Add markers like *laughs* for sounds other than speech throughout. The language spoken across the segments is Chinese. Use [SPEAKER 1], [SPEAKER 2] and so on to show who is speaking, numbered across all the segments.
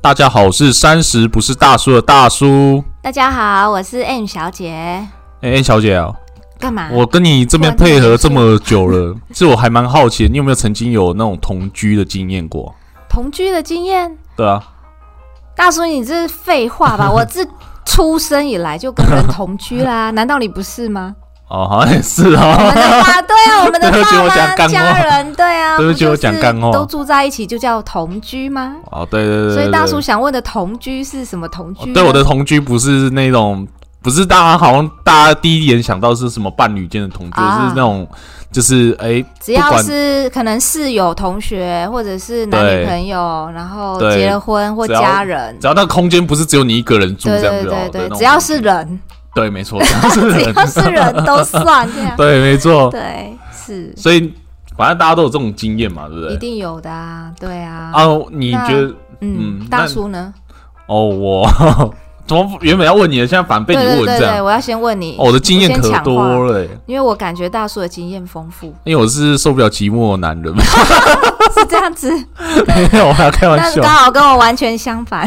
[SPEAKER 1] 大家好，我是三十不是大叔的大叔。
[SPEAKER 2] 大家好，我是 M 小姐。
[SPEAKER 1] 哎、欸，小姐啊，
[SPEAKER 2] 干嘛？
[SPEAKER 1] 我跟你这边配合这么久了，其实我还蛮好奇，你有没有曾经有那种同居的经验过？
[SPEAKER 2] 同居的经验？
[SPEAKER 1] 对啊，
[SPEAKER 2] 大叔，你这是废
[SPEAKER 1] *laughs*
[SPEAKER 2] 话吧？我自出生以来就跟人同
[SPEAKER 1] *laughs*
[SPEAKER 2] 居啦，难道你不是吗？
[SPEAKER 1] 哦，好 *laughs* 像也是
[SPEAKER 2] 我们 *laughs* 的
[SPEAKER 1] 哦。
[SPEAKER 2] 爸对
[SPEAKER 1] *laughs*
[SPEAKER 2] 啊，我们的
[SPEAKER 1] 对不起我
[SPEAKER 2] 爸
[SPEAKER 1] 讲
[SPEAKER 2] 妈、
[SPEAKER 1] 干话
[SPEAKER 2] 家人对
[SPEAKER 1] *laughs*
[SPEAKER 2] 啊，
[SPEAKER 1] 对不起
[SPEAKER 2] 就
[SPEAKER 1] 我讲
[SPEAKER 2] 是
[SPEAKER 1] 干话
[SPEAKER 2] 都住在一起就叫同居吗？
[SPEAKER 1] 哦，对对对对
[SPEAKER 2] 所以大叔
[SPEAKER 1] 对哦
[SPEAKER 2] 想问的同居是什么同居呢？
[SPEAKER 1] 对我的同居不是那种，不是大家好像大家第一眼想到是什么伴侣间的同居，
[SPEAKER 2] 啊
[SPEAKER 1] 是那种就是哎、
[SPEAKER 2] 只
[SPEAKER 1] 不
[SPEAKER 2] 要
[SPEAKER 1] 管
[SPEAKER 2] 是可能室友、同学，或者是男
[SPEAKER 1] 对
[SPEAKER 2] 女朋友，然后
[SPEAKER 1] 对
[SPEAKER 2] 结了婚或
[SPEAKER 1] 只要
[SPEAKER 2] 家人，
[SPEAKER 1] 只要那个空间不是只有你一个人住
[SPEAKER 2] 对
[SPEAKER 1] 这样
[SPEAKER 2] 对
[SPEAKER 1] 子哦
[SPEAKER 2] 对，
[SPEAKER 1] 的那
[SPEAKER 2] 对，
[SPEAKER 1] 种
[SPEAKER 2] 只要是人，
[SPEAKER 1] 对，没错，只要是
[SPEAKER 2] 只 *laughs*
[SPEAKER 1] 人，
[SPEAKER 2] 要是人都算这样。
[SPEAKER 1] 对，没错。
[SPEAKER 2] 对，是
[SPEAKER 1] 所以反正大家都有这种经验嘛，对不
[SPEAKER 2] 一
[SPEAKER 1] 对？
[SPEAKER 2] 定有的啊，对啊，
[SPEAKER 1] 啊，你觉得
[SPEAKER 2] 嗯，
[SPEAKER 1] 嗯那
[SPEAKER 2] 大叔呢？
[SPEAKER 1] 哦，我 *laughs* 怎么原本要问你的，现在反而被
[SPEAKER 2] 对
[SPEAKER 1] 你
[SPEAKER 2] 对
[SPEAKER 1] 问
[SPEAKER 2] 对
[SPEAKER 1] 这
[SPEAKER 2] 对，
[SPEAKER 1] 样？
[SPEAKER 2] 我要先问你，
[SPEAKER 1] 哦我的经验
[SPEAKER 2] 你
[SPEAKER 1] 可
[SPEAKER 2] 先抢话
[SPEAKER 1] 多了欸，
[SPEAKER 2] 因为我感觉大叔的经验丰富， *laughs*
[SPEAKER 1] 因为我是受不了寂寞的男人， *laughs* 没
[SPEAKER 2] 是这样
[SPEAKER 1] *laughs*
[SPEAKER 2] 子，
[SPEAKER 1] 有，我还要开玩
[SPEAKER 2] 那
[SPEAKER 1] 笑。
[SPEAKER 2] 刚好跟我完全相反。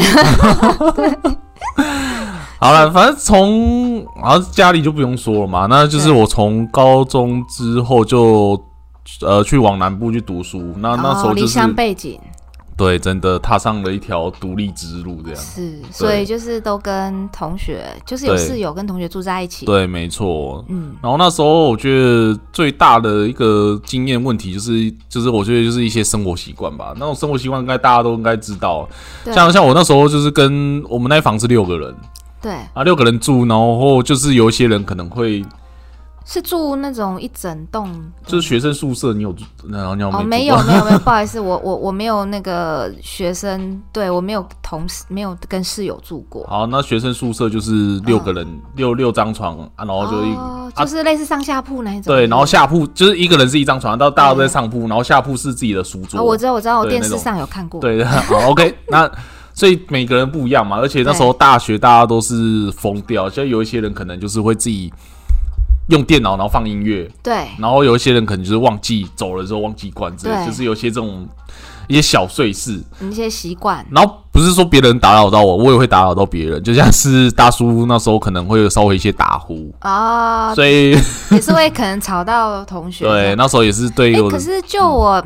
[SPEAKER 1] 好了，反正从好像家里就不用说了嘛，那就是
[SPEAKER 2] 对
[SPEAKER 1] 我从高中之后就呃去往南部去读书，那啊那时
[SPEAKER 2] 哦
[SPEAKER 1] 候
[SPEAKER 2] 离
[SPEAKER 1] 就是
[SPEAKER 2] 乡背景
[SPEAKER 1] 对，真的踏上了一条独立之路，这样。
[SPEAKER 2] 是，所以就是都跟同学，就是有
[SPEAKER 1] 对
[SPEAKER 2] 室友跟同学住在一起。
[SPEAKER 1] 对，没错。
[SPEAKER 2] 嗯，
[SPEAKER 1] 然后那时候我觉得最大的一个经验问题就是，就是我觉得就是一些生活习惯吧。那种生活习惯应该大家都应该知道，
[SPEAKER 2] 对
[SPEAKER 1] 像像我那时候就是跟我们那一房是六个人
[SPEAKER 2] 对，
[SPEAKER 1] 啊，六个人住，然后就是有一些人可能会
[SPEAKER 2] 是住那种一整栋，
[SPEAKER 1] 就是学生宿舍，你有住，然后你有没
[SPEAKER 2] 哦，
[SPEAKER 1] 住
[SPEAKER 2] 没有
[SPEAKER 1] 过
[SPEAKER 2] 没
[SPEAKER 1] *laughs*
[SPEAKER 2] 有没有，不好意思，我我我没有那个学生，对我没有同事，没有跟室友住过。
[SPEAKER 1] 好，那学生宿舍就是六个人，六六张床啊，然后就一、
[SPEAKER 2] 哦、
[SPEAKER 1] 啊
[SPEAKER 2] 就是类似上下铺那一种。
[SPEAKER 1] 对，然后下铺就是一个人是一张床，到大家都在
[SPEAKER 2] 对
[SPEAKER 1] 上铺，然后下铺是自己的书桌。
[SPEAKER 2] 哦，我知道，我知道，我
[SPEAKER 1] 对
[SPEAKER 2] 电
[SPEAKER 1] 那
[SPEAKER 2] 视
[SPEAKER 1] 种
[SPEAKER 2] 上有看过。
[SPEAKER 1] 对， *laughs* 好，OK，那
[SPEAKER 2] *laughs*
[SPEAKER 1] 所以每个人不一样嘛，而且那时候大学大家都是疯掉，像有一些人可能就是会自己用电脑然后放音乐，
[SPEAKER 2] 对
[SPEAKER 1] 然后有一些人可能就是忘记走了之后忘记关之类，
[SPEAKER 2] 对
[SPEAKER 1] 就是有些这种一些小碎事，
[SPEAKER 2] 一些习惯，
[SPEAKER 1] 然后不是说别人打扰到我，我也会打扰到别人，就像是大叔那时候可能会有稍微一些打呼。
[SPEAKER 2] 哦，
[SPEAKER 1] 所以，
[SPEAKER 2] 也是会可能吵到同
[SPEAKER 1] *laughs*
[SPEAKER 2] 学。
[SPEAKER 1] 对，那时候也是对
[SPEAKER 2] 哎、
[SPEAKER 1] 我
[SPEAKER 2] 可
[SPEAKER 1] 的，嗯
[SPEAKER 2] 是就我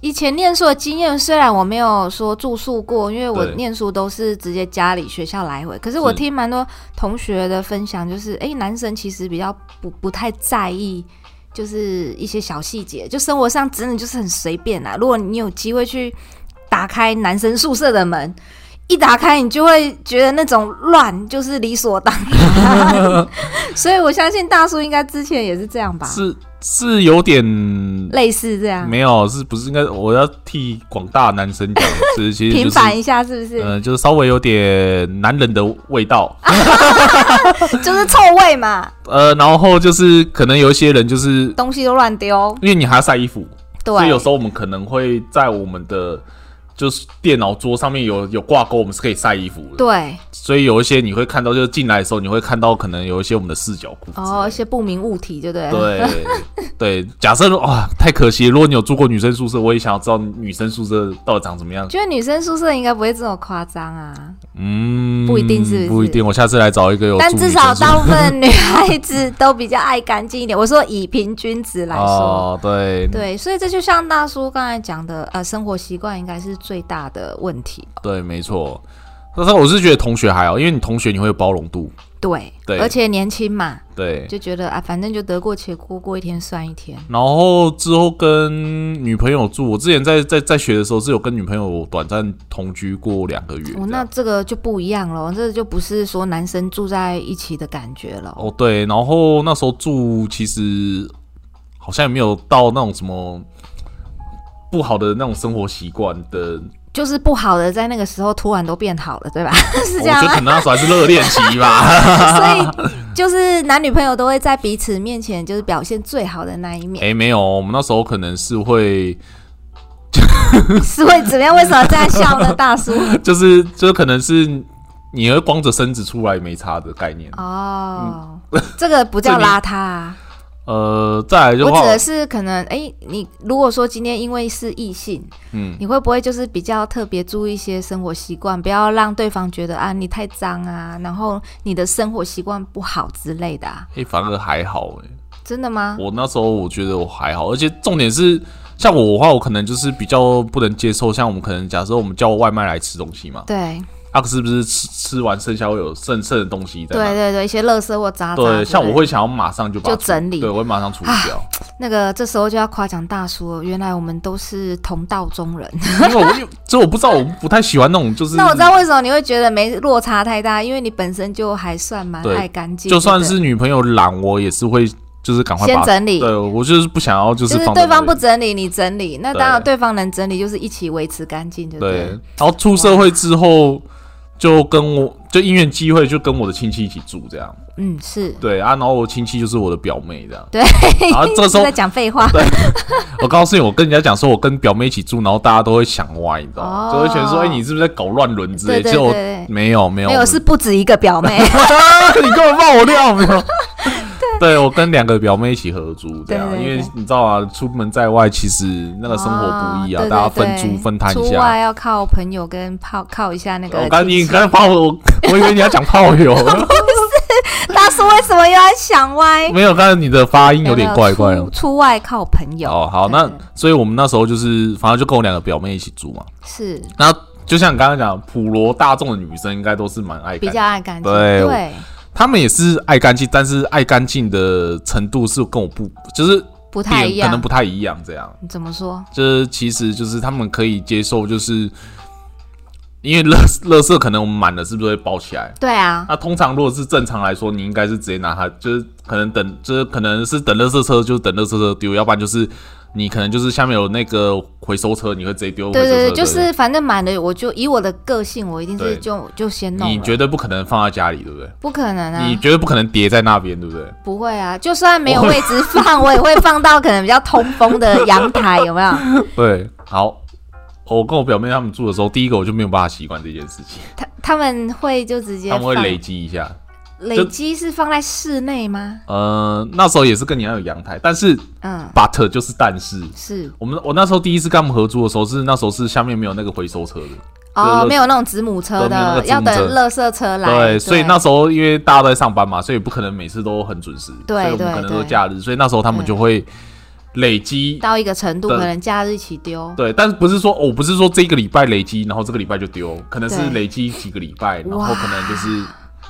[SPEAKER 2] 以前念书的经验，虽然我没有说住宿过，因为我
[SPEAKER 1] 对
[SPEAKER 2] 念书都是直接家里学校来回。可是我
[SPEAKER 1] 是
[SPEAKER 2] 听蛮多同学的分享，就是哎、男生其实比较不不太在意。就是一些小细节，就生活上真的就是很随便啦。如果你有机会去打开男生宿舍的门，一打开你就会觉得那种乱就是理所当
[SPEAKER 1] *laughs*
[SPEAKER 2] 然。所以我相信大叔应该之前也是这样吧，
[SPEAKER 1] 是是有点
[SPEAKER 2] 类似这样。
[SPEAKER 1] 没有，是不是应该我要替广大男生讲，就是其实
[SPEAKER 2] 平
[SPEAKER 1] 就是
[SPEAKER 2] 反一下是不是？
[SPEAKER 1] 呃，就是稍微有点男人的味道，
[SPEAKER 2] *laughs* 就是臭味嘛，
[SPEAKER 1] 呃，然后就是可能有一些人就是
[SPEAKER 2] 东西都乱丢。
[SPEAKER 1] 因为你还要晒衣服，所以
[SPEAKER 2] 对
[SPEAKER 1] 有时，候我们可能会在我们的就是电脑桌上面有有挂钩，我们是可以晒衣服的。
[SPEAKER 2] 对，
[SPEAKER 1] 所以有一些你会看到，就是进来的时候你会看到可能有一些我们的四角裤之类的。
[SPEAKER 2] 哦，一些不明物体，对不对？， *laughs*
[SPEAKER 1] 对对，假设如哇太可惜了，如果你有住过女生宿舍，我也想要知道女生宿舍到底长怎么样。
[SPEAKER 2] 觉得女生宿舍应该不会这么夸张啊，
[SPEAKER 1] 嗯，
[SPEAKER 2] 不一定是不是
[SPEAKER 1] 不一定，我下次来找一个有
[SPEAKER 2] 但
[SPEAKER 1] 住
[SPEAKER 2] 至
[SPEAKER 1] 女生宿
[SPEAKER 2] 少
[SPEAKER 1] 舍
[SPEAKER 2] 大部分女孩子都比较爱干净
[SPEAKER 1] *laughs*
[SPEAKER 2] 一点。我说以平均值来说。
[SPEAKER 1] 哦，对
[SPEAKER 2] 对，所以这就像大叔刚才讲的，呃，生活习惯应该是最大的问题。
[SPEAKER 1] 对，没错。但是我是觉得同学还好，因为你同学你会有包容度，
[SPEAKER 2] 对，
[SPEAKER 1] 对
[SPEAKER 2] 而且年轻嘛，
[SPEAKER 1] 对。
[SPEAKER 2] 就觉得啊，反正就得过且过，过一天算一天。
[SPEAKER 1] 然后之后跟女朋友住，我之前在在在学的时候是有跟女朋友短暂同居过两个月这
[SPEAKER 2] 哦，
[SPEAKER 1] 样。
[SPEAKER 2] 那这个就不一样了，这就不是说男生住在一起的感觉了。
[SPEAKER 1] 哦对，然后那时候住其实好像也没有到那种什么不好的那种生活习惯的，
[SPEAKER 2] 就是不好的，在那个时候突然都变好了，对吧？ *laughs* 是
[SPEAKER 1] 我
[SPEAKER 2] 这样
[SPEAKER 1] 觉得
[SPEAKER 2] 吗？
[SPEAKER 1] 可能那时候还是热恋期吧。 *laughs*
[SPEAKER 2] 所以就是男女朋友都会在彼此面前就是表现最好的那一面，
[SPEAKER 1] 哎，没有，我们那时候可能是会
[SPEAKER 2] 是会怎么样？为什么这样笑呢，
[SPEAKER 1] *laughs*
[SPEAKER 2] 大叔？
[SPEAKER 1] 就是就是可能是你会光着身子出来没差的概念。
[SPEAKER 2] 哦，这个不叫邋遢啊、
[SPEAKER 1] 呃，再来的
[SPEAKER 2] 我
[SPEAKER 1] 话
[SPEAKER 2] 指，的是可能，哎、你如果说今天因为是异性，
[SPEAKER 1] 嗯，
[SPEAKER 2] 你会不会就是比较特别注意一些生活习惯，不要让对方觉得啊你太脏啊，然后你的生活习惯不好之类的、啊？
[SPEAKER 1] 哎、反而还好哎、
[SPEAKER 2] 真的吗？
[SPEAKER 1] 我那时候我觉得我还好，而且重点是，像我的话，我可能就是比较不能接受，像我们可能假设我们叫外卖来吃东西嘛，
[SPEAKER 2] 对
[SPEAKER 1] 啊，是不是吃吃完剩下会有剩剩的东西在
[SPEAKER 2] 对
[SPEAKER 1] 那？
[SPEAKER 2] 对对，一些垃圾或渣渣之类的。
[SPEAKER 1] 对，像我会想要马上就把它
[SPEAKER 2] 就整理啊
[SPEAKER 1] 对，我会马上处理掉，
[SPEAKER 2] 那个，这时候就要夸奖大叔了，原来我们都是同道中人。
[SPEAKER 1] 因为我因为这我不知道，我不太喜欢那种就是
[SPEAKER 2] *laughs* 那我知道为什么你会觉得没落差太大，因为你本身就还算蛮
[SPEAKER 1] 对
[SPEAKER 2] 爱干净，
[SPEAKER 1] 就算
[SPEAKER 2] 对不
[SPEAKER 1] 是女朋友懒，我也是会就是赶快
[SPEAKER 2] 对先
[SPEAKER 1] 把它。
[SPEAKER 2] 整理。
[SPEAKER 1] 对，我就是不想要，就是
[SPEAKER 2] 就是
[SPEAKER 1] 放在
[SPEAKER 2] 对方
[SPEAKER 1] 那
[SPEAKER 2] 不
[SPEAKER 1] 里
[SPEAKER 2] 整理，你整理，那
[SPEAKER 1] 对
[SPEAKER 2] 当然对方能整理，就是一起维持干净，对不
[SPEAKER 1] 对
[SPEAKER 2] 对？。
[SPEAKER 1] 然后出社会之后，就跟我就因缘机会，就跟我的亲戚一起住这样。
[SPEAKER 2] 嗯，是。
[SPEAKER 1] 对啊，然后我亲戚就是我的表妹这样。
[SPEAKER 2] 对。
[SPEAKER 1] 然啊
[SPEAKER 2] *laughs*
[SPEAKER 1] 后这个时
[SPEAKER 2] 是
[SPEAKER 1] 候
[SPEAKER 2] 在，讲废
[SPEAKER 1] *laughs*
[SPEAKER 2] 话，
[SPEAKER 1] 我告诉你，我跟人家讲说，我跟表妹一起住，然后大家都会想歪，你知道吗？
[SPEAKER 2] 哦
[SPEAKER 1] 就会觉得说，哎，你是不是在搞乱伦之类？
[SPEAKER 2] 对对
[SPEAKER 1] 结果
[SPEAKER 2] 对
[SPEAKER 1] 没有没有
[SPEAKER 2] 没有是不止一个表
[SPEAKER 1] *laughs*
[SPEAKER 2] 妹，
[SPEAKER 1] 你根本爆我料没
[SPEAKER 2] *laughs*
[SPEAKER 1] 有？对，我跟两个表妹一起合租，这样，
[SPEAKER 2] 对对
[SPEAKER 1] 因为
[SPEAKER 2] 对
[SPEAKER 1] 你知道啊，出门在外其实那 *laughs* 个生活不易啊，
[SPEAKER 2] 哦
[SPEAKER 1] 大家
[SPEAKER 2] 对对
[SPEAKER 1] 分租
[SPEAKER 2] 对
[SPEAKER 1] 分摊一
[SPEAKER 2] 出
[SPEAKER 1] 下哦
[SPEAKER 2] 外。要靠朋友跟靠靠一下那个亲戚。
[SPEAKER 1] 我刚你刚才把我，我我以为你要讲炮 *laughs* 友，
[SPEAKER 2] 大叔为什么又要想歪？
[SPEAKER 1] 没有，刚才你的发音有点怪怪
[SPEAKER 2] 没有
[SPEAKER 1] 哦
[SPEAKER 2] 出。出外靠朋友。
[SPEAKER 1] 哦，好，
[SPEAKER 2] 对
[SPEAKER 1] 那所以我们那时候就是，反正就跟我两个表妹一起住嘛。
[SPEAKER 2] 是
[SPEAKER 1] 那就像你刚刚讲，普罗大众的女生应该都是蛮爱
[SPEAKER 2] 比
[SPEAKER 1] 干
[SPEAKER 2] 较爱干净，
[SPEAKER 1] 对我
[SPEAKER 2] 对，
[SPEAKER 1] 她们也是爱干净，但是爱干净的程度是跟我不，就是
[SPEAKER 2] 不太一
[SPEAKER 1] 可
[SPEAKER 2] 样
[SPEAKER 1] 能。不太一样这样。
[SPEAKER 2] 你怎么说？
[SPEAKER 1] 就是其实就是他们可以接受，就是因为乐乐色可能我们满了是不是会包起来？
[SPEAKER 2] 对啊，
[SPEAKER 1] 那通常如果是正常来说，你应该是直接拿它，就是可能等，就是可能是等垃圾车，就是等垃圾车丢，要不然就是你可能就是下面有那个回收车，你会直接丢回
[SPEAKER 2] 对
[SPEAKER 1] 收车。
[SPEAKER 2] 对对，就是反正满了，我就以我的个性，我一定是
[SPEAKER 1] 对
[SPEAKER 2] 就就先弄了。
[SPEAKER 1] 你绝对不可能放在家里，对不对？
[SPEAKER 2] 不可能啊！
[SPEAKER 1] 你绝对不可能叠在那边，对不对？
[SPEAKER 2] 不会啊，就算没有
[SPEAKER 1] 我
[SPEAKER 2] 位置放，我也会放到可能比较通风的阳台，有没有？
[SPEAKER 1] 对，好。我跟我表妹他们住的时候，第一个我就没有办法习惯这件事情，
[SPEAKER 2] 他他们会就直接
[SPEAKER 1] 他
[SPEAKER 2] 放
[SPEAKER 1] 们会累积一下。
[SPEAKER 2] 累积是放在室内吗？
[SPEAKER 1] 呃，那时候也是跟你要有阳台，但是
[SPEAKER 2] 嗯，
[SPEAKER 1] but 就是但是，
[SPEAKER 2] 是
[SPEAKER 1] 我们我那时候第一次跟他们合租的时候是那时候是下面没有那个回收车的，
[SPEAKER 2] 哦，
[SPEAKER 1] 对
[SPEAKER 2] 没有那种子母车
[SPEAKER 1] 对没有那个
[SPEAKER 2] 的，
[SPEAKER 1] 子母
[SPEAKER 2] 要等
[SPEAKER 1] 车
[SPEAKER 2] 垃圾车来。
[SPEAKER 1] 对，所以那时候因为大家都在上班嘛，所以不可能每次都很准时，
[SPEAKER 2] 对
[SPEAKER 1] 所以我们
[SPEAKER 2] 对
[SPEAKER 1] 可能都
[SPEAKER 2] 对
[SPEAKER 1] 假日，所以那时候他们就会累积，
[SPEAKER 2] 到一个程度，
[SPEAKER 1] 对
[SPEAKER 2] 可能假日一起丢。
[SPEAKER 1] 对，但是不是说哦，不是说这个礼拜累积，然后这个礼拜就丢，可能是
[SPEAKER 2] 对
[SPEAKER 1] 累积几个礼拜，然后
[SPEAKER 2] 哇
[SPEAKER 1] 可能就是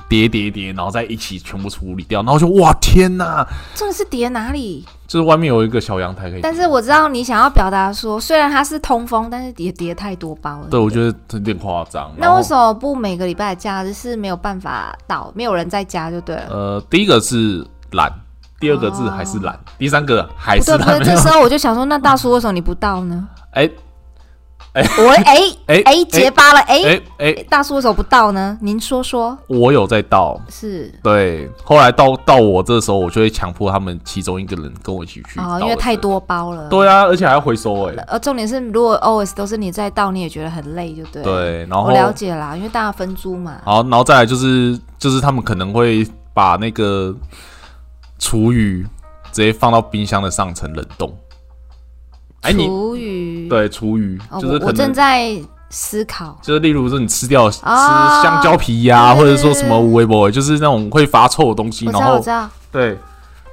[SPEAKER 1] 叠叠叠，然后再一起全部处理掉，然后就哇天呐，
[SPEAKER 2] 重点是叠哪里？
[SPEAKER 1] 就是外面有一个小阳台可以，
[SPEAKER 2] 但是我知道你想要表达说，虽然它是通风，但是也叠太多包了。
[SPEAKER 1] 对我觉得有点夸张，然
[SPEAKER 2] 那
[SPEAKER 1] 后
[SPEAKER 2] 为什么不每个礼拜的假日是没有办法到，没有人在家就对了？
[SPEAKER 1] 呃，第一个是懒，第二个字还是懒，第三个还
[SPEAKER 2] 不
[SPEAKER 1] 是
[SPEAKER 2] 哦对不
[SPEAKER 1] 懒。
[SPEAKER 2] 对，
[SPEAKER 1] 没有
[SPEAKER 2] 这时候我就想说，那大叔为什么你不到呢？
[SPEAKER 1] 哎
[SPEAKER 2] 我哎
[SPEAKER 1] 哎
[SPEAKER 2] 哎结巴了哎，
[SPEAKER 1] 哎哎，
[SPEAKER 2] 大叔为什么不到呢？您说说，
[SPEAKER 1] 我有在倒。
[SPEAKER 2] 是
[SPEAKER 1] 对，后来到到我这时候，我就会强迫他们其中一个人跟我一起去
[SPEAKER 2] 哦，
[SPEAKER 1] 倒
[SPEAKER 2] 因为
[SPEAKER 1] 垃圾
[SPEAKER 2] 太。多包了。，
[SPEAKER 1] 对啊，而且还要回收哎、
[SPEAKER 2] 呃，重点是如果 always 都是你在倒，你也觉得很累，就对。，
[SPEAKER 1] 对，然后
[SPEAKER 2] 我了解啦，因为大家分租嘛。
[SPEAKER 1] 好，然后再来就是就是他们可能会把那个厨余直接放到冰箱的上层冷冻。哎、你
[SPEAKER 2] 厨余，
[SPEAKER 1] 对厨余、
[SPEAKER 2] 哦，
[SPEAKER 1] 就是
[SPEAKER 2] 我
[SPEAKER 1] 可
[SPEAKER 2] 我
[SPEAKER 1] 能
[SPEAKER 2] 正在思考。
[SPEAKER 1] 就是例如说你吃掉吃
[SPEAKER 2] 哦
[SPEAKER 1] 香蕉皮呀、或
[SPEAKER 2] 对
[SPEAKER 1] 者
[SPEAKER 2] 对
[SPEAKER 1] 说什么微博，就是那种会发臭的东西，
[SPEAKER 2] 我
[SPEAKER 1] 然
[SPEAKER 2] 知道，我
[SPEAKER 1] 后
[SPEAKER 2] 知道，
[SPEAKER 1] 对，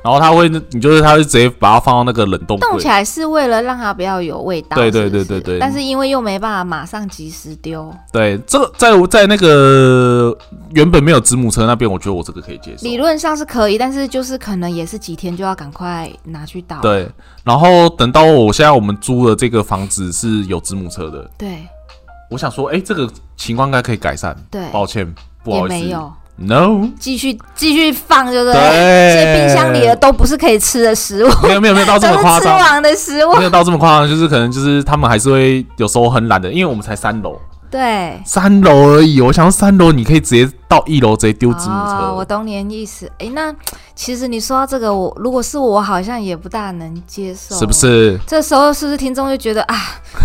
[SPEAKER 1] 然后它会，你就是它会直接把它放到那个冷冻
[SPEAKER 2] 冻
[SPEAKER 1] 柜，
[SPEAKER 2] 起来是为了让它不要有味道。
[SPEAKER 1] 对对
[SPEAKER 2] 是不是
[SPEAKER 1] 对对对
[SPEAKER 2] 但是因为又没办法马上及时丢，
[SPEAKER 1] 对，这个在我在那个原本没有子母车那边，我觉得我这个可以接受
[SPEAKER 2] 理，论上是可以，但是就是可能也是几天就要赶快拿去倒。
[SPEAKER 1] 对，然后等到我现在我们租的这个房子是有子母车的，
[SPEAKER 2] 对
[SPEAKER 1] 我想说，哎，这个情况应该可以改善，
[SPEAKER 2] 对，
[SPEAKER 1] 抱歉，不
[SPEAKER 2] 也
[SPEAKER 1] 好意
[SPEAKER 2] 没
[SPEAKER 1] 思
[SPEAKER 2] 有
[SPEAKER 1] ，no， *laughs*
[SPEAKER 2] 继续继续放，对不对？所以
[SPEAKER 1] 对，
[SPEAKER 2] 冰箱里的都不是可以吃的食物，
[SPEAKER 1] 没有没有没有到
[SPEAKER 2] 都
[SPEAKER 1] 这么夸
[SPEAKER 2] *laughs* 是吃啊
[SPEAKER 1] 张，
[SPEAKER 2] 完的食物。 *laughs*
[SPEAKER 1] 没有到这么夸张，就是可能就是他们还是会有时候很懒的，因为我们才三楼，
[SPEAKER 2] 对，
[SPEAKER 1] 三楼而已。我想三楼你可以直接到一楼直接丢子母车。
[SPEAKER 2] 哦，我懂你的意思。哎，那其实你说到这个，我如果是我，好像也不大能接受，
[SPEAKER 1] 是不？是？
[SPEAKER 2] 这时候是不是听众就觉得啊， *laughs*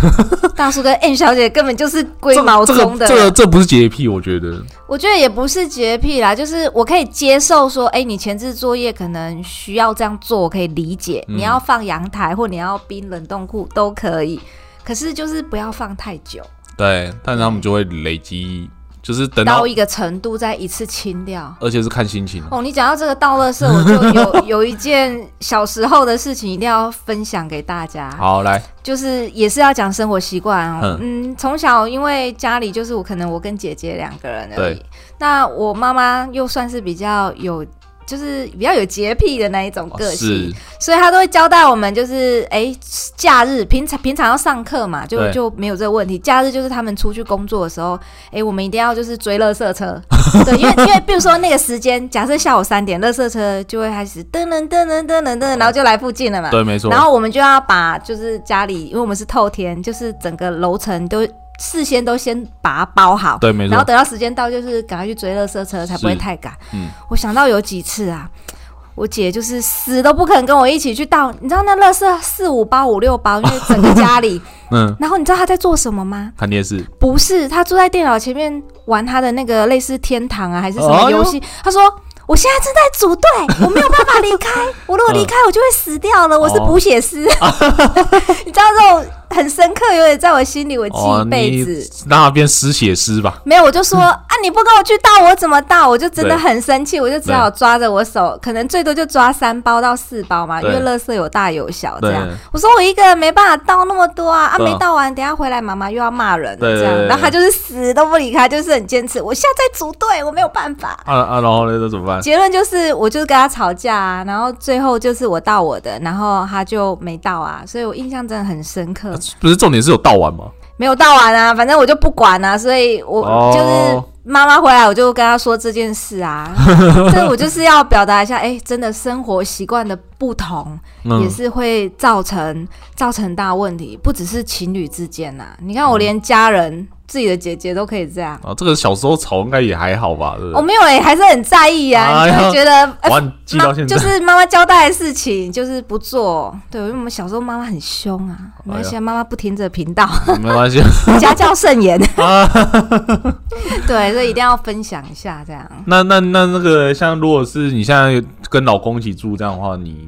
[SPEAKER 2] 大叔跟 N 小姐根本就是龟
[SPEAKER 1] 这
[SPEAKER 2] 毛
[SPEAKER 1] 这
[SPEAKER 2] 中
[SPEAKER 1] 个
[SPEAKER 2] 的
[SPEAKER 1] 这个这不是洁癖，我觉得
[SPEAKER 2] 我觉得也不是洁癖啦，就是我可以接受说，哎、你前置作业可能需要这样做，我可以理解。
[SPEAKER 1] 嗯
[SPEAKER 2] 你要放阳台或你要冰冷冻库都可以，可是就是不要放太久，
[SPEAKER 1] 对，但是他们就会累积，就是等到
[SPEAKER 2] 到一个程度再一次清掉。
[SPEAKER 1] 而且是看心情。
[SPEAKER 2] 哦，你讲到这个倒垃圾，我
[SPEAKER 1] *laughs*
[SPEAKER 2] 就有有一件小时候的事情一定要分享给大家。
[SPEAKER 1] 好，来，
[SPEAKER 2] 就是也是要讲生活习惯哦。嗯，从小因为家里就是我可能我跟姐姐两个人而已
[SPEAKER 1] 对，
[SPEAKER 2] 那我妈妈又算是比较有。就是比较有洁癖的那一种
[SPEAKER 1] 哦
[SPEAKER 2] 个性，嗯
[SPEAKER 1] 是
[SPEAKER 2] 所以她都会交代我们，就是哎、假日平常平常要上课嘛，就
[SPEAKER 1] 对
[SPEAKER 2] 就没有这个问题。假日就是他们出去工作的时候，哎、我们一定要就是追垃圾
[SPEAKER 1] *laughs*
[SPEAKER 2] 车，对，因为因为比如说那个时间，假设下午三点，垃圾车就会开始噔噔噔噔噔噔噔，然后就来附近了嘛，
[SPEAKER 1] 对，没错
[SPEAKER 2] 然。后我们就要把就是家里，因为我们是透天，就是整个楼层都事先都先把它包好，
[SPEAKER 1] 对，没
[SPEAKER 2] 然后
[SPEAKER 1] 错，
[SPEAKER 2] 等到时间到就是赶快去追垃圾车，才不会
[SPEAKER 1] 是
[SPEAKER 2] 太赶。
[SPEAKER 1] 嗯
[SPEAKER 2] 我想到有几次啊。我姐就是死都不肯跟我一起去倒，你知道那垃圾四五包五六包，因为整个
[SPEAKER 1] *laughs*
[SPEAKER 2] 家里。
[SPEAKER 1] 嗯，
[SPEAKER 2] 然后你知道她在做什么吗？
[SPEAKER 1] 看电视，
[SPEAKER 2] 不是，她坐在电脑前面玩她的那个类似天堂啊还是什
[SPEAKER 1] 哎
[SPEAKER 2] 么
[SPEAKER 1] 呦
[SPEAKER 2] 游戏。她说：“我现在正在组队，我没有办法离开，我如果离开我就会死掉了，我是
[SPEAKER 1] 哦
[SPEAKER 2] 补
[SPEAKER 1] *laughs*
[SPEAKER 2] 血师。你知道这种很深刻，有点在我心里我记
[SPEAKER 1] 哦，
[SPEAKER 2] 一辈
[SPEAKER 1] 你
[SPEAKER 2] 子。
[SPEAKER 1] 让他变失血师吧。
[SPEAKER 2] 没有，我就说啊，你不跟我去倒，我怎么倒？我就真的
[SPEAKER 1] 嗯对
[SPEAKER 2] 很生气，我就只好抓着我手，可能最多就抓三包到四包嘛，因
[SPEAKER 1] 对
[SPEAKER 2] 为垃圾有大有小这样
[SPEAKER 1] 对。
[SPEAKER 2] 我说我一个人没办法倒那么多啊，啊
[SPEAKER 1] 对啊
[SPEAKER 2] 没倒完，等一下回来妈妈又要骂人了
[SPEAKER 1] 对
[SPEAKER 2] 这
[SPEAKER 1] 对
[SPEAKER 2] 样。
[SPEAKER 1] 对
[SPEAKER 2] 然后他就是死都不离开，就是很坚持，我现在在组队，我没有办
[SPEAKER 1] *laughs*
[SPEAKER 2] 法。
[SPEAKER 1] 啊啊，然后呢，那怎么办？
[SPEAKER 2] 结论就是，我就是跟他吵架啊，然后最后就是我倒我的，然后他就没倒啊，所以我印象真的很深刻。
[SPEAKER 1] 啊不是重点是有倒完吗？
[SPEAKER 2] 没有倒完啊，反正我就不管啊，所以我、
[SPEAKER 1] 哦
[SPEAKER 2] 就是妈妈回来，我就跟她说这件事
[SPEAKER 1] *laughs*
[SPEAKER 2] 啊，这我就是要表达一下，哎、真的生活习惯的不同，
[SPEAKER 1] 嗯
[SPEAKER 2] 也，是会造成造成大问题，不只是情侣之间呐、你看我连家人、自己的姐姐都可以这样，
[SPEAKER 1] 啊，这个小时候吵应该也还好吧，对不
[SPEAKER 2] 我、
[SPEAKER 1] 对？
[SPEAKER 2] 没有哎、还是很在意啊，
[SPEAKER 1] 嗯哎
[SPEAKER 2] 你
[SPEAKER 1] 呀
[SPEAKER 2] 就会觉得。呃
[SPEAKER 1] 哇，你记
[SPEAKER 2] 妈
[SPEAKER 1] 到现在
[SPEAKER 2] 就，是妈妈交代的事情，就是不做。对，因为我们小时候妈妈很凶
[SPEAKER 1] 哎
[SPEAKER 2] 啊，没关系啊，妈呃妈不听这个频道，
[SPEAKER 1] *laughs* 没关系。
[SPEAKER 2] *laughs* 家教
[SPEAKER 1] *laughs*
[SPEAKER 2] 甚严。
[SPEAKER 1] 啊
[SPEAKER 2] *laughs* 对，所以一定要分享一下这样。
[SPEAKER 1] 那那那那个，像如果是你现在跟老公一起住这样的话，你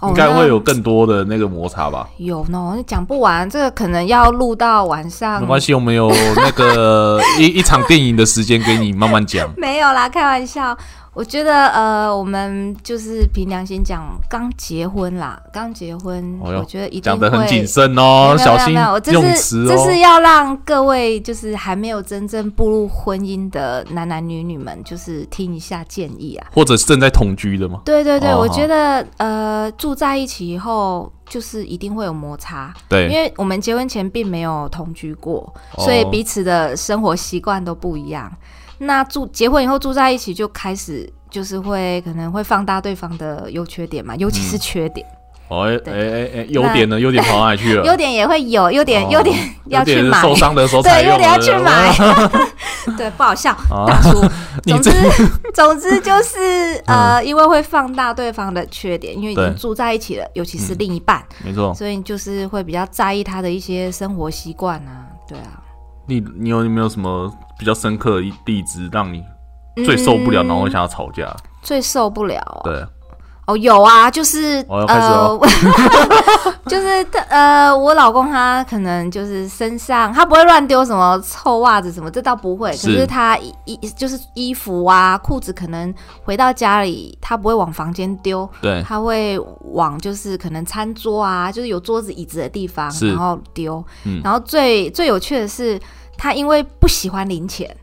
[SPEAKER 2] 哦
[SPEAKER 1] 应该会有更多的那个摩擦吧？
[SPEAKER 2] 那有呢，讲不完，这个可能要录到晚上。
[SPEAKER 1] 没关
[SPEAKER 2] 系，
[SPEAKER 1] 系，我们有那
[SPEAKER 2] *laughs*
[SPEAKER 1] 个一一场电影的时间给你慢慢讲。
[SPEAKER 2] 没有啦，开玩笑。我觉得呃，我们就是凭良心讲，刚结婚啦，刚结婚，
[SPEAKER 1] 哦哟
[SPEAKER 2] 我觉得一定
[SPEAKER 1] 讲
[SPEAKER 2] 会
[SPEAKER 1] 得很谨慎
[SPEAKER 2] 没有
[SPEAKER 1] 哦，
[SPEAKER 2] 没有
[SPEAKER 1] 小心
[SPEAKER 2] 没有我这
[SPEAKER 1] 用
[SPEAKER 2] 是
[SPEAKER 1] 词
[SPEAKER 2] 这是
[SPEAKER 1] 哦。
[SPEAKER 2] 要让各位就是还没有真正步入婚姻的男男女女们，就是听一下建议啊。
[SPEAKER 1] 或者是正在同居的吗？
[SPEAKER 2] 对对对，
[SPEAKER 1] 哦
[SPEAKER 2] 我
[SPEAKER 1] 好
[SPEAKER 2] 觉得呃，住在一起以后就是一定会有摩擦，因
[SPEAKER 1] 对，
[SPEAKER 2] 为我们结婚前并没有同居过，
[SPEAKER 1] 哦
[SPEAKER 2] 所以彼此的生活习惯都不一样。那住结婚以后住在一起，就开始就是会可能会放大对方的优缺点嘛，尤其
[SPEAKER 1] 嗯
[SPEAKER 2] 是缺点，
[SPEAKER 1] 哦，哎
[SPEAKER 2] 对
[SPEAKER 1] 哎哎哎，优点呢？优点跑哪里去了？
[SPEAKER 2] 优点也会有，优点、
[SPEAKER 1] 哦
[SPEAKER 2] 优点要
[SPEAKER 1] 优点
[SPEAKER 2] 去
[SPEAKER 1] 是
[SPEAKER 2] 买，
[SPEAKER 1] 受伤的时候才
[SPEAKER 2] 对，
[SPEAKER 1] 用哦的。
[SPEAKER 2] 优点要去
[SPEAKER 1] *laughs*
[SPEAKER 2] 买，对，不好笑，
[SPEAKER 1] 啊
[SPEAKER 2] 大叔。
[SPEAKER 1] 你
[SPEAKER 2] 总之
[SPEAKER 1] 这， *laughs* 嗯
[SPEAKER 2] 总之就是呃，因为会放大对方的缺点，因为已经
[SPEAKER 1] 对嗯哦
[SPEAKER 2] 住在一起了，尤其是另一半，
[SPEAKER 1] 没错。
[SPEAKER 2] 所以你就是会比较在意他的一些生活习惯啊，对啊。
[SPEAKER 1] 你你有没有什么比较深刻的例子让你最受不了，
[SPEAKER 2] 嗯
[SPEAKER 1] 然后想要吵架？
[SPEAKER 2] 最受不了哦
[SPEAKER 1] 对，
[SPEAKER 2] 哦，有啊，就是、
[SPEAKER 1] 哦要开始
[SPEAKER 2] 呃
[SPEAKER 1] 了，
[SPEAKER 2] *laughs* 就是他呃，我老公他可能就是身上他不会乱丢什么臭袜子什么，这倒不会。
[SPEAKER 1] 是
[SPEAKER 2] 可是他衣衣就是衣服啊、裤子，可能回到家里他不会往房间丢，
[SPEAKER 1] 对，
[SPEAKER 2] 他会往就是可能餐桌啊，就是有桌子椅子的地方，
[SPEAKER 1] 是
[SPEAKER 2] 然后丢。
[SPEAKER 1] 嗯
[SPEAKER 2] 然后最最有趣的是，他因为不喜欢零钱，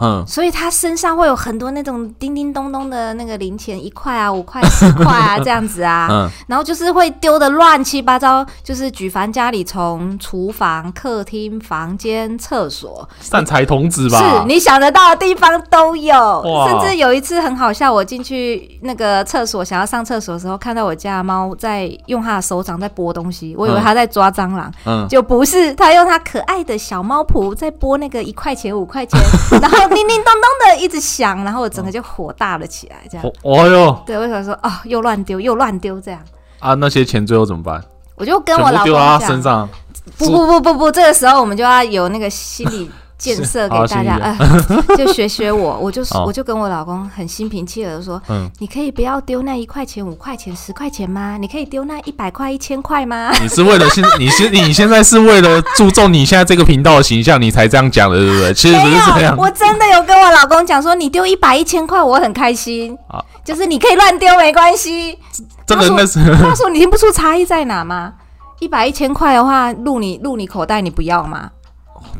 [SPEAKER 1] 嗯，
[SPEAKER 2] 所以他身上会有很多那种叮叮咚咚的那个零钱，一块啊、五块、十块啊这样子啊，
[SPEAKER 1] *laughs* 嗯
[SPEAKER 2] 然后就是会丢的乱七八糟，就是举凡家里从厨房、客厅、房间、厕所，
[SPEAKER 1] 散财童子吧，
[SPEAKER 2] 是你想得到的地方都有，
[SPEAKER 1] 哇
[SPEAKER 2] 甚至有一次很好笑，我进去那个厕所想要上厕所的时候，看到我家的猫在用它的手掌在拨东西，我以为
[SPEAKER 1] 嗯
[SPEAKER 2] 它在抓蟑螂，
[SPEAKER 1] 嗯，
[SPEAKER 2] 就不是，他用他可爱的小猫扑在拨那个一块钱、五块
[SPEAKER 1] *laughs*
[SPEAKER 2] 钱，然后叮叮咚咚的一直响，然后我整个就火大了起来，这样。
[SPEAKER 1] 哦哦哟
[SPEAKER 2] 对，我想说，哦，又乱丢，又乱丢，这样。
[SPEAKER 1] 啊，那些钱最后怎么办？
[SPEAKER 2] 我就跟
[SPEAKER 1] 全
[SPEAKER 2] 我老
[SPEAKER 1] 部
[SPEAKER 2] 公
[SPEAKER 1] 丢到
[SPEAKER 2] 讲，
[SPEAKER 1] 他身上，
[SPEAKER 2] 不不不不不，这个时候我们就要有那个心理建设给
[SPEAKER 1] 好
[SPEAKER 2] 大
[SPEAKER 1] 心理
[SPEAKER 2] 家，
[SPEAKER 1] 啊
[SPEAKER 2] 呃， *laughs* 就学学我，我就
[SPEAKER 1] *laughs* 哦
[SPEAKER 2] 我就跟我老公很心平气和地说，
[SPEAKER 1] 嗯，
[SPEAKER 2] 你可以不要丢那一块钱、五块钱、十块钱吗？你可以丢那一百块、一千块吗？
[SPEAKER 1] 你是为了现，你是你现在是为了注重你现在这个频道的形象，你才这样讲的，对不对？其实不
[SPEAKER 2] 没
[SPEAKER 1] 是这
[SPEAKER 2] 有，
[SPEAKER 1] 样，
[SPEAKER 2] 我真的有跟我老公讲说，你丢一百一千块，我很开心
[SPEAKER 1] 啊，
[SPEAKER 2] 就是你可以乱丢没关
[SPEAKER 1] *laughs*
[SPEAKER 2] 系。
[SPEAKER 1] 真的
[SPEAKER 2] 他说
[SPEAKER 1] 那是
[SPEAKER 2] 他说你听不出差异在哪吗？一百一千块的话，入你入你口袋，你不要吗？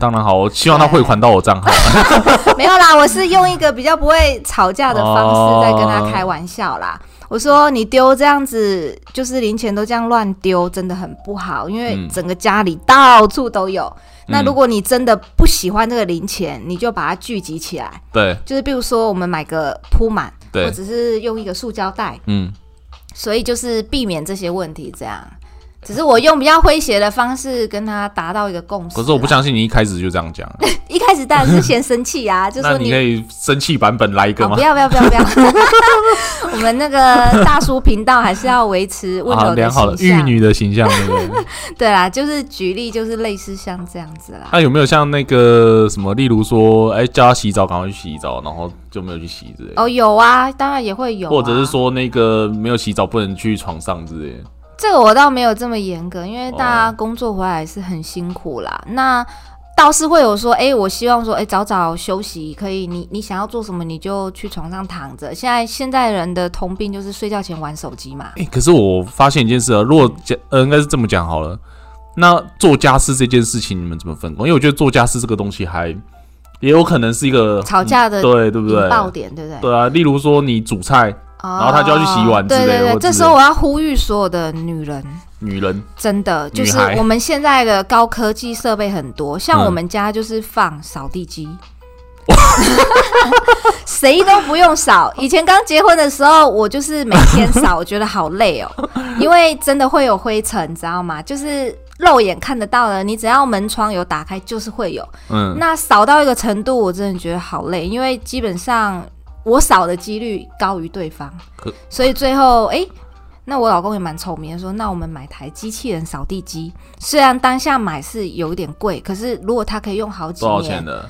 [SPEAKER 1] 当然好，我希望他汇款到我账号。
[SPEAKER 2] 没有
[SPEAKER 1] *laughs*
[SPEAKER 2] 啦，我是用一个比较不会吵架的方式在跟他开玩笑啦。
[SPEAKER 1] 哦
[SPEAKER 2] 我说你丢这样子，就是零钱都这样乱丢，真的很不好，因为
[SPEAKER 1] 嗯
[SPEAKER 2] 整个家里到处都有。那
[SPEAKER 1] 嗯
[SPEAKER 2] 如果你真的不喜欢这个零钱，你就把它聚集起来。
[SPEAKER 1] 对
[SPEAKER 2] 就是比如说我们买个铺满，或
[SPEAKER 1] 对，
[SPEAKER 2] 者是用一个塑胶袋，
[SPEAKER 1] 嗯，
[SPEAKER 2] 所以就是避免这些问题。这样，只是我用比较诙谐的方式跟他达到一个共识。啊
[SPEAKER 1] 可是我不，相信你一开始就这样讲，啊
[SPEAKER 2] 一开始当然是先生气
[SPEAKER 1] *laughs*
[SPEAKER 2] 啊， *laughs* 就
[SPEAKER 1] 那
[SPEAKER 2] 说
[SPEAKER 1] 你可以生气版本来一个
[SPEAKER 2] 哦，
[SPEAKER 1] 吗
[SPEAKER 2] 不？要不要不要不要！ *laughs* 我们那个大叔频道还是要维持温
[SPEAKER 1] 啊，
[SPEAKER 2] 柔的
[SPEAKER 1] 良好的
[SPEAKER 2] 形
[SPEAKER 1] 玉
[SPEAKER 2] 象。
[SPEAKER 1] 女的形象，对不对？ *laughs*
[SPEAKER 2] 对啦，就是举例，就是类似像这样子啦。
[SPEAKER 1] 那有没有像那个什么，例如说，哎，叫他洗澡，赶快去洗澡，然后就没有去洗之类的？
[SPEAKER 2] 哦，有啊，当然也会有、啊，
[SPEAKER 1] 或者是说那个没有洗澡不能去床上之类的，
[SPEAKER 2] 这个我倒没有这么严格，因为大家
[SPEAKER 1] 哦
[SPEAKER 2] 工作回来也是很辛苦啦。那倒是会有说，哎、我希望说，哎、早早休息，可以你你想要做什么你就去床上躺着。现在现代人的通病就是睡觉前玩手机嘛。
[SPEAKER 1] 欸可是我发现一件事啊，如果讲呃，应该是这么讲好了。那做家事这件事情，你们怎么分工？因为我觉得做家事这个东西还也有可能是一个
[SPEAKER 2] 吵架的
[SPEAKER 1] 对对不嗯对
[SPEAKER 2] 引？爆点对不对？
[SPEAKER 1] 对啊，例如说你煮菜，
[SPEAKER 2] 然
[SPEAKER 1] 后他就要去洗碗之
[SPEAKER 2] 对
[SPEAKER 1] 类的
[SPEAKER 2] 哦对
[SPEAKER 1] 或者
[SPEAKER 2] 对，这时候我要呼吁所有的女人，
[SPEAKER 1] 女人
[SPEAKER 2] 真的就
[SPEAKER 1] 女
[SPEAKER 2] 是
[SPEAKER 1] 孩
[SPEAKER 2] 我们现在的高科技设备很多，像
[SPEAKER 1] 嗯
[SPEAKER 2] 我们家就是放扫地机。 *laughs* 谁都不用扫。以前刚结婚的时候，我就是每天
[SPEAKER 1] *laughs*
[SPEAKER 2] 扫，我觉得好累哦，因为真的会有灰尘，你知道吗？就是肉眼看得到的，你只要门窗有打开，就是会有。
[SPEAKER 1] 嗯，
[SPEAKER 2] 那扫到一个程度，我真的觉得好累，因为基本上我扫的几率高于对方
[SPEAKER 1] 可，
[SPEAKER 2] 所以最后诶，那我老公也蛮臭名的说，那我们买台机器人扫地机，虽然当下买是有一点贵，可是如果它可以用好几
[SPEAKER 1] 多少钱
[SPEAKER 2] 年，
[SPEAKER 1] 的？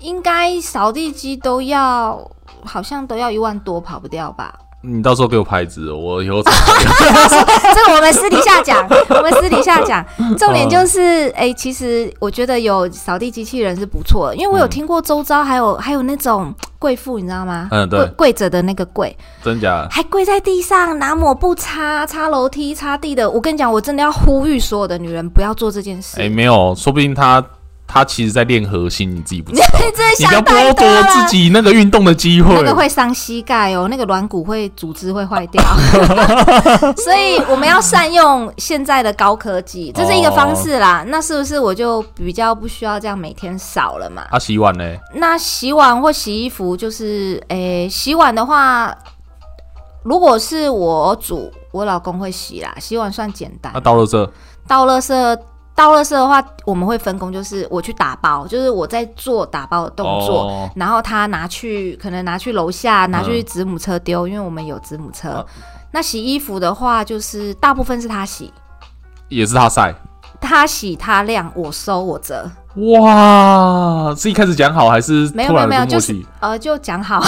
[SPEAKER 2] 应该扫地机都要好像都要一万多，跑不掉吧？
[SPEAKER 1] 你到时候给我牌子，哦我以后才
[SPEAKER 2] *laughs* 这个我们私底下讲，我们私底下讲。重点就是，哎、其实我觉得有扫地机器人是不错的，因为我有听过周遭还有还有那种贵妇，你知道吗？
[SPEAKER 1] 嗯对
[SPEAKER 2] 跪跪着的那个跪，
[SPEAKER 1] 真假？
[SPEAKER 2] 还跪在地上拿抹布擦擦楼梯、擦地的。我跟你讲，我真的要呼吁所有的女人不要做这件事。
[SPEAKER 1] 哎、没有，说不定他他其实在练核心，你自己不知道，
[SPEAKER 2] *laughs* 你真的
[SPEAKER 1] 你不要
[SPEAKER 2] 想太
[SPEAKER 1] 剥
[SPEAKER 2] 多
[SPEAKER 1] 夺
[SPEAKER 2] 了
[SPEAKER 1] 自。己那个运动的机会。
[SPEAKER 2] 那个会伤膝盖哦，那个软骨会组织会坏掉， *laughs* 所以我们要善用现在的高科技，这是一个方式啦。那是不是我就比较不需要这样每天扫了嘛？
[SPEAKER 1] 他洗碗呢？
[SPEAKER 2] 那洗碗或洗衣服，就是诶、洗碗的话，如果是我煮，我老公会洗啦，洗碗算简单
[SPEAKER 1] 他。倒了这，
[SPEAKER 2] 倒垃圾。倒垃圾的话，我们会分工，就是我去打包，就是我在做打包的动作，
[SPEAKER 1] 哦
[SPEAKER 2] 然后他拿去，可能拿去楼下，拿去
[SPEAKER 1] 嗯
[SPEAKER 2] 子母车丢，因为我们有子母车。
[SPEAKER 1] 啊
[SPEAKER 2] 那洗衣服的话，就是大部分是他洗，
[SPEAKER 1] 也是他晒。
[SPEAKER 2] 他洗他晾，我收我折，
[SPEAKER 1] 哇，是一开始讲好还是突
[SPEAKER 2] 没
[SPEAKER 1] 然
[SPEAKER 2] 有没有没有，
[SPEAKER 1] 有默
[SPEAKER 2] 就
[SPEAKER 1] 契？ *laughs* 啊
[SPEAKER 2] 是呃就讲好，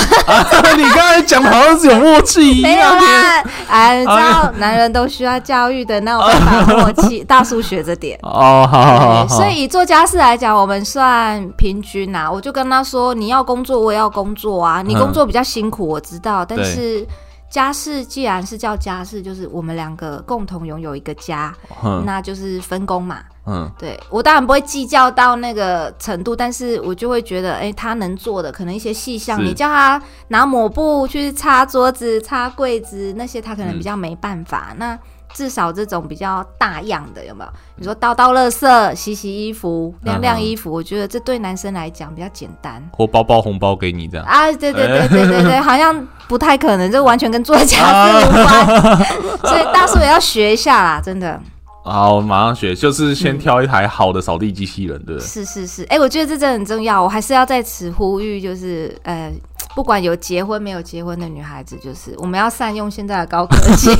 [SPEAKER 1] 你刚才讲好像是有默契一
[SPEAKER 2] 没有
[SPEAKER 1] 样。
[SPEAKER 2] 啦，哎，你知道男人都需要教育的，那我办法默
[SPEAKER 1] *laughs*
[SPEAKER 2] 契，大叔学着点。
[SPEAKER 1] 哦，好好好好，
[SPEAKER 2] 对所以以做家事来讲，我们算平均啊。我就跟他说，你要工作，我也要工作啊。你工作比较辛苦，我知道，但
[SPEAKER 1] 嗯对
[SPEAKER 2] 是家事既然是叫家事，就是我们两个共同拥有一个家，
[SPEAKER 1] 嗯
[SPEAKER 2] 那就是分工嘛。
[SPEAKER 1] 嗯，
[SPEAKER 2] 对我当然不会计较到那个程度，但是我就会觉得，哎、他能做的可能一些细项，
[SPEAKER 1] 是
[SPEAKER 2] 你叫他拿抹布去擦桌子、擦柜子那些，他可能
[SPEAKER 1] 嗯
[SPEAKER 2] 比较没办法。那至少这种比较大样的，有没有？你说倒倒垃圾、洗洗衣服、晾
[SPEAKER 1] 嗯
[SPEAKER 2] 晾
[SPEAKER 1] 嗯
[SPEAKER 2] 衣服，我觉得这对男生来讲比较简单。
[SPEAKER 1] 或包包红包给你这样。
[SPEAKER 2] 啊，对对对对对
[SPEAKER 1] *laughs*
[SPEAKER 2] 对，好像不太可能，这完全跟作家是无关，
[SPEAKER 1] 啊
[SPEAKER 2] *laughs* 所以大叔也要学一下啦，真的
[SPEAKER 1] 好，马上学，就是先挑一台好的扫地机器人，对不对？
[SPEAKER 2] 是是是，哎、我觉得这真的很重要，我还是要在此呼吁，就是呃，不管有结婚没有结婚的女孩子，就是我们要善用现在的高科
[SPEAKER 1] *laughs*
[SPEAKER 2] 技，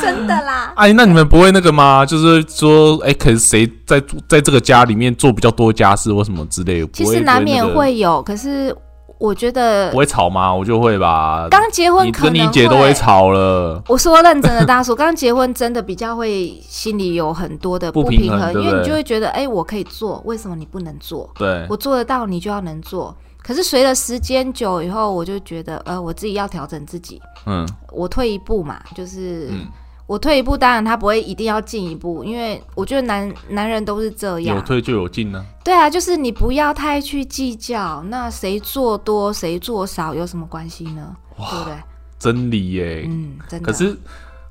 [SPEAKER 2] 真的啦，
[SPEAKER 1] 哎，那你们不会那个吗？就是说，哎，可是谁在在这个家里面做比较多家事或什么之类的？
[SPEAKER 2] 其
[SPEAKER 1] 不会
[SPEAKER 2] 实难免
[SPEAKER 1] 不那个
[SPEAKER 2] 会有，可是我觉得
[SPEAKER 1] 不会吵吗？我就会吧。
[SPEAKER 2] 刚结婚
[SPEAKER 1] 你
[SPEAKER 2] 可
[SPEAKER 1] 跟
[SPEAKER 2] 能
[SPEAKER 1] 你姐都会吵了，
[SPEAKER 2] 我说认真的，大叔，刚结婚真的比较会心里有很多的
[SPEAKER 1] 不
[SPEAKER 2] 不
[SPEAKER 1] 平
[SPEAKER 2] 平
[SPEAKER 1] 衡
[SPEAKER 2] 衡，
[SPEAKER 1] 对不
[SPEAKER 2] 因为你
[SPEAKER 1] 对
[SPEAKER 2] 就会觉得，哎、我可以做，为什么你不能做？
[SPEAKER 1] 对，
[SPEAKER 2] 我做得到，你就要能做。可是随着时间久以后，我就觉得，呃，我自己要调整自己，
[SPEAKER 1] 嗯
[SPEAKER 2] 我退一步嘛，就是、
[SPEAKER 1] 嗯，
[SPEAKER 2] 我退一步，当然他不会一定要进一步，因为我觉得男男人都是这
[SPEAKER 1] 有
[SPEAKER 2] 样，
[SPEAKER 1] 退就有进呢。
[SPEAKER 2] 对啊，就是你不要太去计较，那谁做多谁做少有什么关系呢？对不对？
[SPEAKER 1] 真理耶。
[SPEAKER 2] 嗯，真的。
[SPEAKER 1] 可是，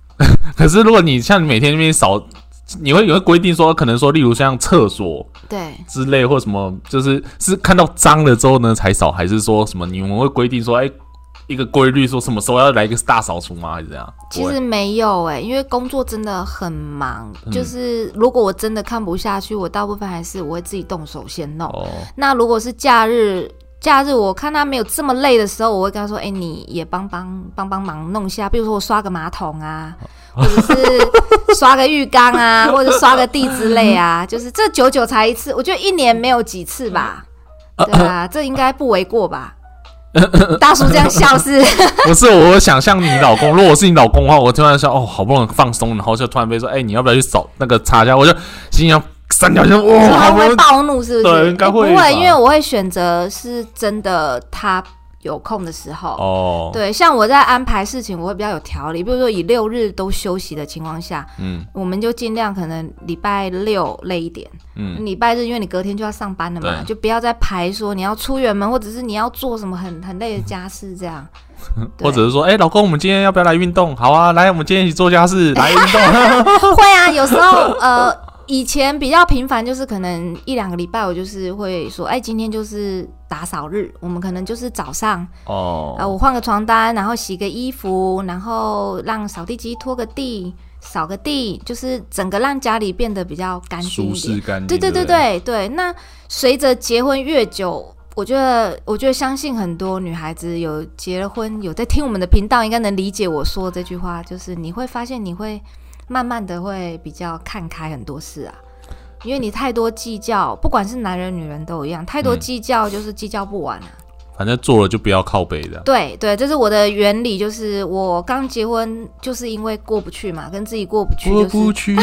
[SPEAKER 1] *laughs* 可是如果你像你每天那边扫，你会有会规定说，可能说，例如像厕所
[SPEAKER 2] 对，
[SPEAKER 1] 之类或什么，就是是看到脏了之后呢才扫，还是说什么你们会规定说，哎、一个规律说什么时候要来一个大扫除吗？还是怎样？
[SPEAKER 2] 其
[SPEAKER 1] 不会
[SPEAKER 2] 实没有哎、因为工作真的很忙。
[SPEAKER 1] 嗯
[SPEAKER 2] 就是如果我真的看不下去，我大部分还是我会自己动手先弄。
[SPEAKER 1] 哦，
[SPEAKER 2] 那如果是假日，假日我看他没有这么累的时候，我会跟他说：“哎、你也帮帮帮帮忙弄一下，比如说我刷个马桶啊，
[SPEAKER 1] 哦
[SPEAKER 2] 或者是刷个浴缸啊，
[SPEAKER 1] *laughs*
[SPEAKER 2] 或者刷个地之类啊。”就是这久久才一次，我觉得一年没有几次吧。对啊，这应该不为
[SPEAKER 1] *laughs*
[SPEAKER 2] 过吧？大叔这样笑是。
[SPEAKER 1] 不是，我想象你老公，如果我是你老公的话，我突然想，哦，好不容易放松，然后就突然被说，哎、你要不要去扫那个擦一下？我就心想，三哦条
[SPEAKER 2] *laughs*
[SPEAKER 1] 线，哇，
[SPEAKER 2] 他
[SPEAKER 1] 好不容
[SPEAKER 2] 会
[SPEAKER 1] 易
[SPEAKER 2] 暴怒是不是？
[SPEAKER 1] 对应该
[SPEAKER 2] 欸
[SPEAKER 1] 会
[SPEAKER 2] 不
[SPEAKER 1] 吧
[SPEAKER 2] 会，因为我会选择是真的他有空的时候。
[SPEAKER 1] 哦，
[SPEAKER 2] 对，像我在安排事情，我会比较有条理。比如说以六日都休息的情况下，
[SPEAKER 1] 嗯
[SPEAKER 2] 我们就尽量可能礼拜六累一点，
[SPEAKER 1] 嗯，
[SPEAKER 2] 礼拜日因为你隔天就要上班了嘛，
[SPEAKER 1] 对
[SPEAKER 2] 就不要再排说你要出远门，或者是你要做什么很很累的家事这样。对
[SPEAKER 1] *laughs*
[SPEAKER 2] *laughs*
[SPEAKER 1] 或者是说，哎、老公，我们今天要不要来运动？好啊，来，我们今天一起做家事，来运动。
[SPEAKER 2] 会啊，有时候呃，以前比较频繁，就是可能一两个礼拜，我就是会说，哎，今天就是打扫日，我们可能就是早上，
[SPEAKER 1] 哦，
[SPEAKER 2] 呃，我换个床单，然后洗个衣服，然后让扫地机拖个地，扫个地，就是整个让家里变得比较干净
[SPEAKER 1] 舒
[SPEAKER 2] 一点
[SPEAKER 1] 适。干净。
[SPEAKER 2] 对对
[SPEAKER 1] 对
[SPEAKER 2] 对对对，那随着结婚越久。我觉得，我觉得相信很多女孩子有结了婚，有在听我们的频道，应该能理解我说这句话，就是你会发现，你会慢慢的会比较看开很多事啊，因为你太多计较，不管是男人女人都一样，太多
[SPEAKER 1] 嗯
[SPEAKER 2] 计较就是计较不完啊。
[SPEAKER 1] 反正做了就不要靠背
[SPEAKER 2] *laughs*
[SPEAKER 1] 的。
[SPEAKER 2] 对对，这是我的原理，就是我刚结婚就是因为过不去嘛，跟自己过不去，
[SPEAKER 1] 过
[SPEAKER 2] 就是
[SPEAKER 1] 不去，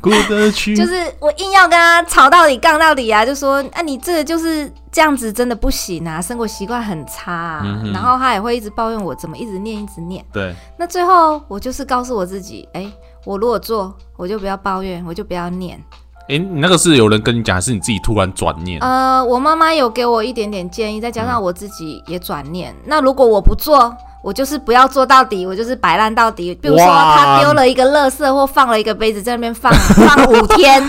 [SPEAKER 1] 过得去。
[SPEAKER 2] *laughs* 就是我硬要跟他吵到底、杠到底啊，就说啊，你这个就是这样子，真的不行啊，生活习惯很差、啊。
[SPEAKER 1] 嗯哼
[SPEAKER 2] 然后他也会一直抱怨我怎么一直念一直念。
[SPEAKER 1] 对，
[SPEAKER 2] 那最后我就是告诉我自己，哎、我如果做，我就不要抱怨，我就不要念。
[SPEAKER 1] 哎、你那个是有人跟你讲，还是你自己突然转念？
[SPEAKER 2] 呃，我妈妈有给我一点点建议，再加上我自己也转念。那如果我不做，我就是不要做到底，我就是摆烂到底。比如说，
[SPEAKER 1] 哇
[SPEAKER 2] 他丢了一个垃圾或放了一个杯子在那边放放五天，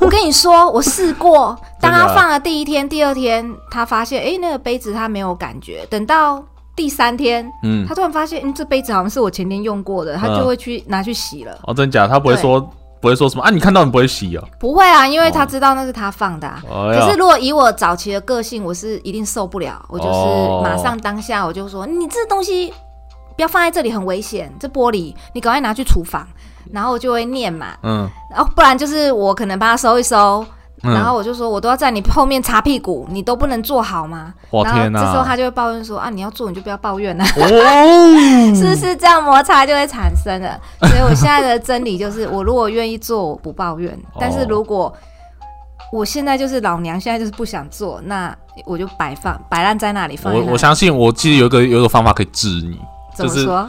[SPEAKER 2] 我跟你说，我试过，当他
[SPEAKER 1] 真的啊
[SPEAKER 2] 放了第一天、第二天，他发现哎、诶那个杯子他没有感觉，等到。第三天，
[SPEAKER 1] 嗯，
[SPEAKER 2] 他突然发现，嗯，这杯子好像是我前天用过的，他就会去拿去洗了。
[SPEAKER 1] 哦，真假？他不会说，不会说什么啊？你看到你不会洗哦。
[SPEAKER 2] 不会啊，因为他知道那是他放的、啊。
[SPEAKER 1] 哎
[SPEAKER 2] 可是
[SPEAKER 1] 呀，
[SPEAKER 2] 如果以我早期的个性，我是一定受不了，我就是
[SPEAKER 1] 哦
[SPEAKER 2] 马上当下我就说，你这东西不要放在这里，很危险，这玻璃你赶快拿去厨房，然后我就会念嘛，
[SPEAKER 1] 嗯，
[SPEAKER 2] 然后不然就是我可能帮他收一收。
[SPEAKER 1] 嗯
[SPEAKER 2] 然后我就说，我都要在你后面擦屁股，你都不能做好吗？
[SPEAKER 1] 我
[SPEAKER 2] 然后
[SPEAKER 1] 嗯天
[SPEAKER 2] 这时候
[SPEAKER 1] 哪！ *laughs*
[SPEAKER 2] 他就会抱怨说啊，你要做你就不要抱怨啊， *laughs*
[SPEAKER 1] 哦，
[SPEAKER 2] 是不是这样摩擦就会产生了？所以我现在的真理就是，我如果愿意做，我不抱怨；
[SPEAKER 1] 哦
[SPEAKER 2] *laughs* 但是如果我现在就是老娘，现在就是不想做，那我就摆放摆烂在那里放在
[SPEAKER 1] 我
[SPEAKER 2] 那里。
[SPEAKER 1] 我相信，我记得有一个有一个方法可以治你，
[SPEAKER 2] 怎么
[SPEAKER 1] 就是
[SPEAKER 2] 说？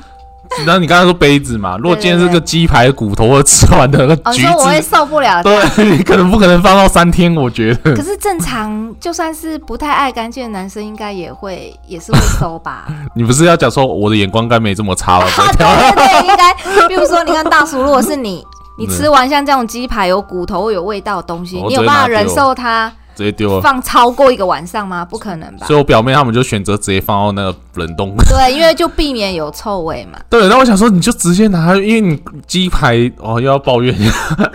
[SPEAKER 1] 然后你刚才说杯子嘛，如果今天这个鸡排骨头或者吃完的那个
[SPEAKER 2] 哦，你
[SPEAKER 1] 橘
[SPEAKER 2] 说我会
[SPEAKER 1] 子，
[SPEAKER 2] 受不了。
[SPEAKER 1] 对，你 *laughs* 可能不可能放到三天，我觉得
[SPEAKER 2] 可是正常，就算是不太爱干净的男生，应该也会也是会收
[SPEAKER 1] *laughs*
[SPEAKER 2] 吧？
[SPEAKER 1] 你不是要讲说我的眼光该没这么差
[SPEAKER 2] *laughs*
[SPEAKER 1] 吧？
[SPEAKER 2] 啊，对对对，应该。比如说，你看大叔，如果
[SPEAKER 1] *laughs*
[SPEAKER 2] 是你，
[SPEAKER 1] 嗯
[SPEAKER 2] 你吃完像这种鸡排有骨头、有味道的东西，
[SPEAKER 1] 我
[SPEAKER 2] 你
[SPEAKER 1] 只
[SPEAKER 2] 有
[SPEAKER 1] 会
[SPEAKER 2] 办
[SPEAKER 1] 哦拿
[SPEAKER 2] 法忍
[SPEAKER 1] 丢
[SPEAKER 2] 受它
[SPEAKER 1] 直接丢了。
[SPEAKER 2] 放超过一个晚上吗？不可能吧？
[SPEAKER 1] 所以我表妹他们就选择直接放到那个冷冻。 *laughs*
[SPEAKER 2] 对，因为就避免有臭味嘛。
[SPEAKER 1] 对，那我想说，你就直接拿，因为你鸡排哦，又要抱怨，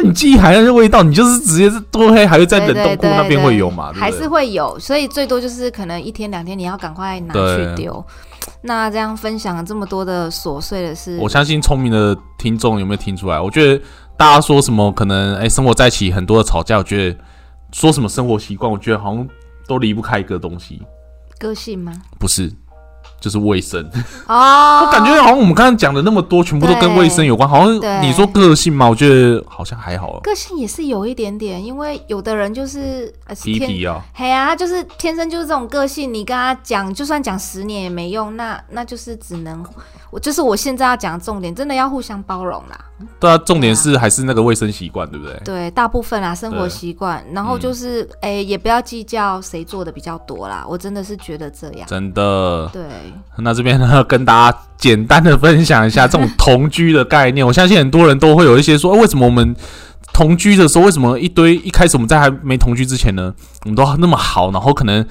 [SPEAKER 1] 你鸡排那个味道，你就是直接是多黑，还会在冷冻库
[SPEAKER 2] 对对对
[SPEAKER 1] 那边
[SPEAKER 2] 对
[SPEAKER 1] 会有嘛？对
[SPEAKER 2] 还
[SPEAKER 1] 不对
[SPEAKER 2] 是会有，所以最多就是可能一天两天，你要赶快拿
[SPEAKER 1] 对
[SPEAKER 2] 去丢。那这样分享了这么多的琐碎的事，
[SPEAKER 1] 我相信聪明的听众有没有听出来？我觉得大家说什么可能哎、生活在一起很多的吵架，我觉得说什么生活习惯，我觉得好像都离不开一个东西，
[SPEAKER 2] 个性吗？
[SPEAKER 1] 不是，就是卫生。
[SPEAKER 2] 哦，
[SPEAKER 1] 我感觉好像我们刚刚讲的那么多，全部都跟卫生有关。好像
[SPEAKER 2] 对
[SPEAKER 1] 你说个性嘛，我觉得好像还好，啊
[SPEAKER 2] 个性也是有一点点，因为有的人就是呃是
[SPEAKER 1] 皮
[SPEAKER 2] 天
[SPEAKER 1] 皮啊，
[SPEAKER 2] 嘿啊，他就是天生就是这种个性，你跟他讲，就算讲十年也没用，那那就是只能，我就是我现在要讲的重点，真的要互相包容啦。
[SPEAKER 1] 对啊，重点是还是那个卫生习惯，对不对？
[SPEAKER 2] 对，大部分啦，啊生活
[SPEAKER 1] 哎对
[SPEAKER 2] 习惯，然后
[SPEAKER 1] 嗯
[SPEAKER 2] 就是诶、也不要计较谁做的比较多啦，我真的是觉得这样。
[SPEAKER 1] 真的，
[SPEAKER 2] 对，
[SPEAKER 1] 那这边呢，跟大家简单的分享一下这种同居的概念。我相信很多人都会有一些说，哎为什么我们同居的时候，为什么一堆一开始我们在还没同居之前呢，我们都那么好，然后可能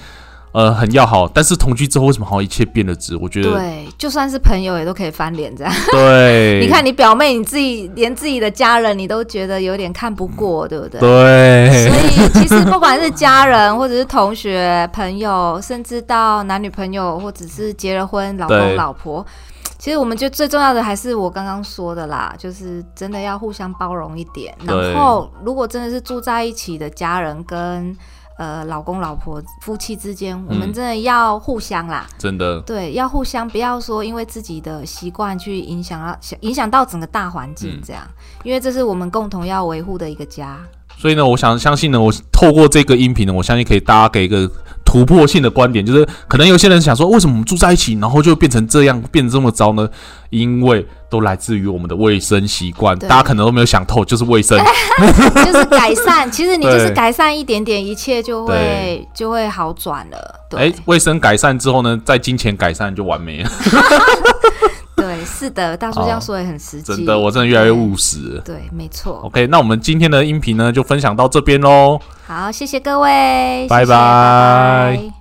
[SPEAKER 1] 呃很要好，但是同居之后为什么好像一切变了质？我觉得
[SPEAKER 2] 对，就算是朋友也都可以翻脸这样。
[SPEAKER 1] 对， *laughs*
[SPEAKER 2] 你看你表妹，你自己连自己的家人你都觉得有点看不过，对不对？
[SPEAKER 1] 对
[SPEAKER 2] *laughs* 所以其实不管是家人，或者是同学、朋友，甚至到男女朋友，或者是结了婚老
[SPEAKER 1] 对
[SPEAKER 2] 公老婆，其实我们觉得最重要的还是我刚刚说的啦，就是真的要互相包容一点。
[SPEAKER 1] 对
[SPEAKER 2] 然后，如果真的是住在一起的家人跟呃老公老婆夫妻之间，我
[SPEAKER 1] 嗯
[SPEAKER 2] 们真的要互相啦，
[SPEAKER 1] 真的，
[SPEAKER 2] 对，要互相，不要说因为自己的习惯去影响到影响到整个大环境
[SPEAKER 1] 嗯
[SPEAKER 2] 这样，因为这是我们共同要维护的一个家。
[SPEAKER 1] 所以呢，我想相信呢，我透过这个音频呢，我相信可以大家给一个突破性的观点，就是可能有些人想说，为什么我们住在一起，然后就变成这样，变得这么糟呢？因为都来自于我们的卫生习惯，
[SPEAKER 2] 对
[SPEAKER 1] 大家可能都没有想透，就是卫生。
[SPEAKER 2] 就是改善，其实你就是
[SPEAKER 1] 对
[SPEAKER 2] 改善一点点，一切就
[SPEAKER 1] 对
[SPEAKER 2] 会就会好转了。对、
[SPEAKER 1] 哎，卫生改善之后呢，在金钱改善就完美了。
[SPEAKER 2] 对，是的，大叔这
[SPEAKER 1] 哦
[SPEAKER 2] 样说也很实际。
[SPEAKER 1] 真的，我真的哦越来越务实了。
[SPEAKER 2] 对，没错。
[SPEAKER 1] OK，那我们今天的音频呢，就分享到这边喽。
[SPEAKER 2] 好，谢谢各位，
[SPEAKER 1] 拜拜
[SPEAKER 2] 谢谢拜拜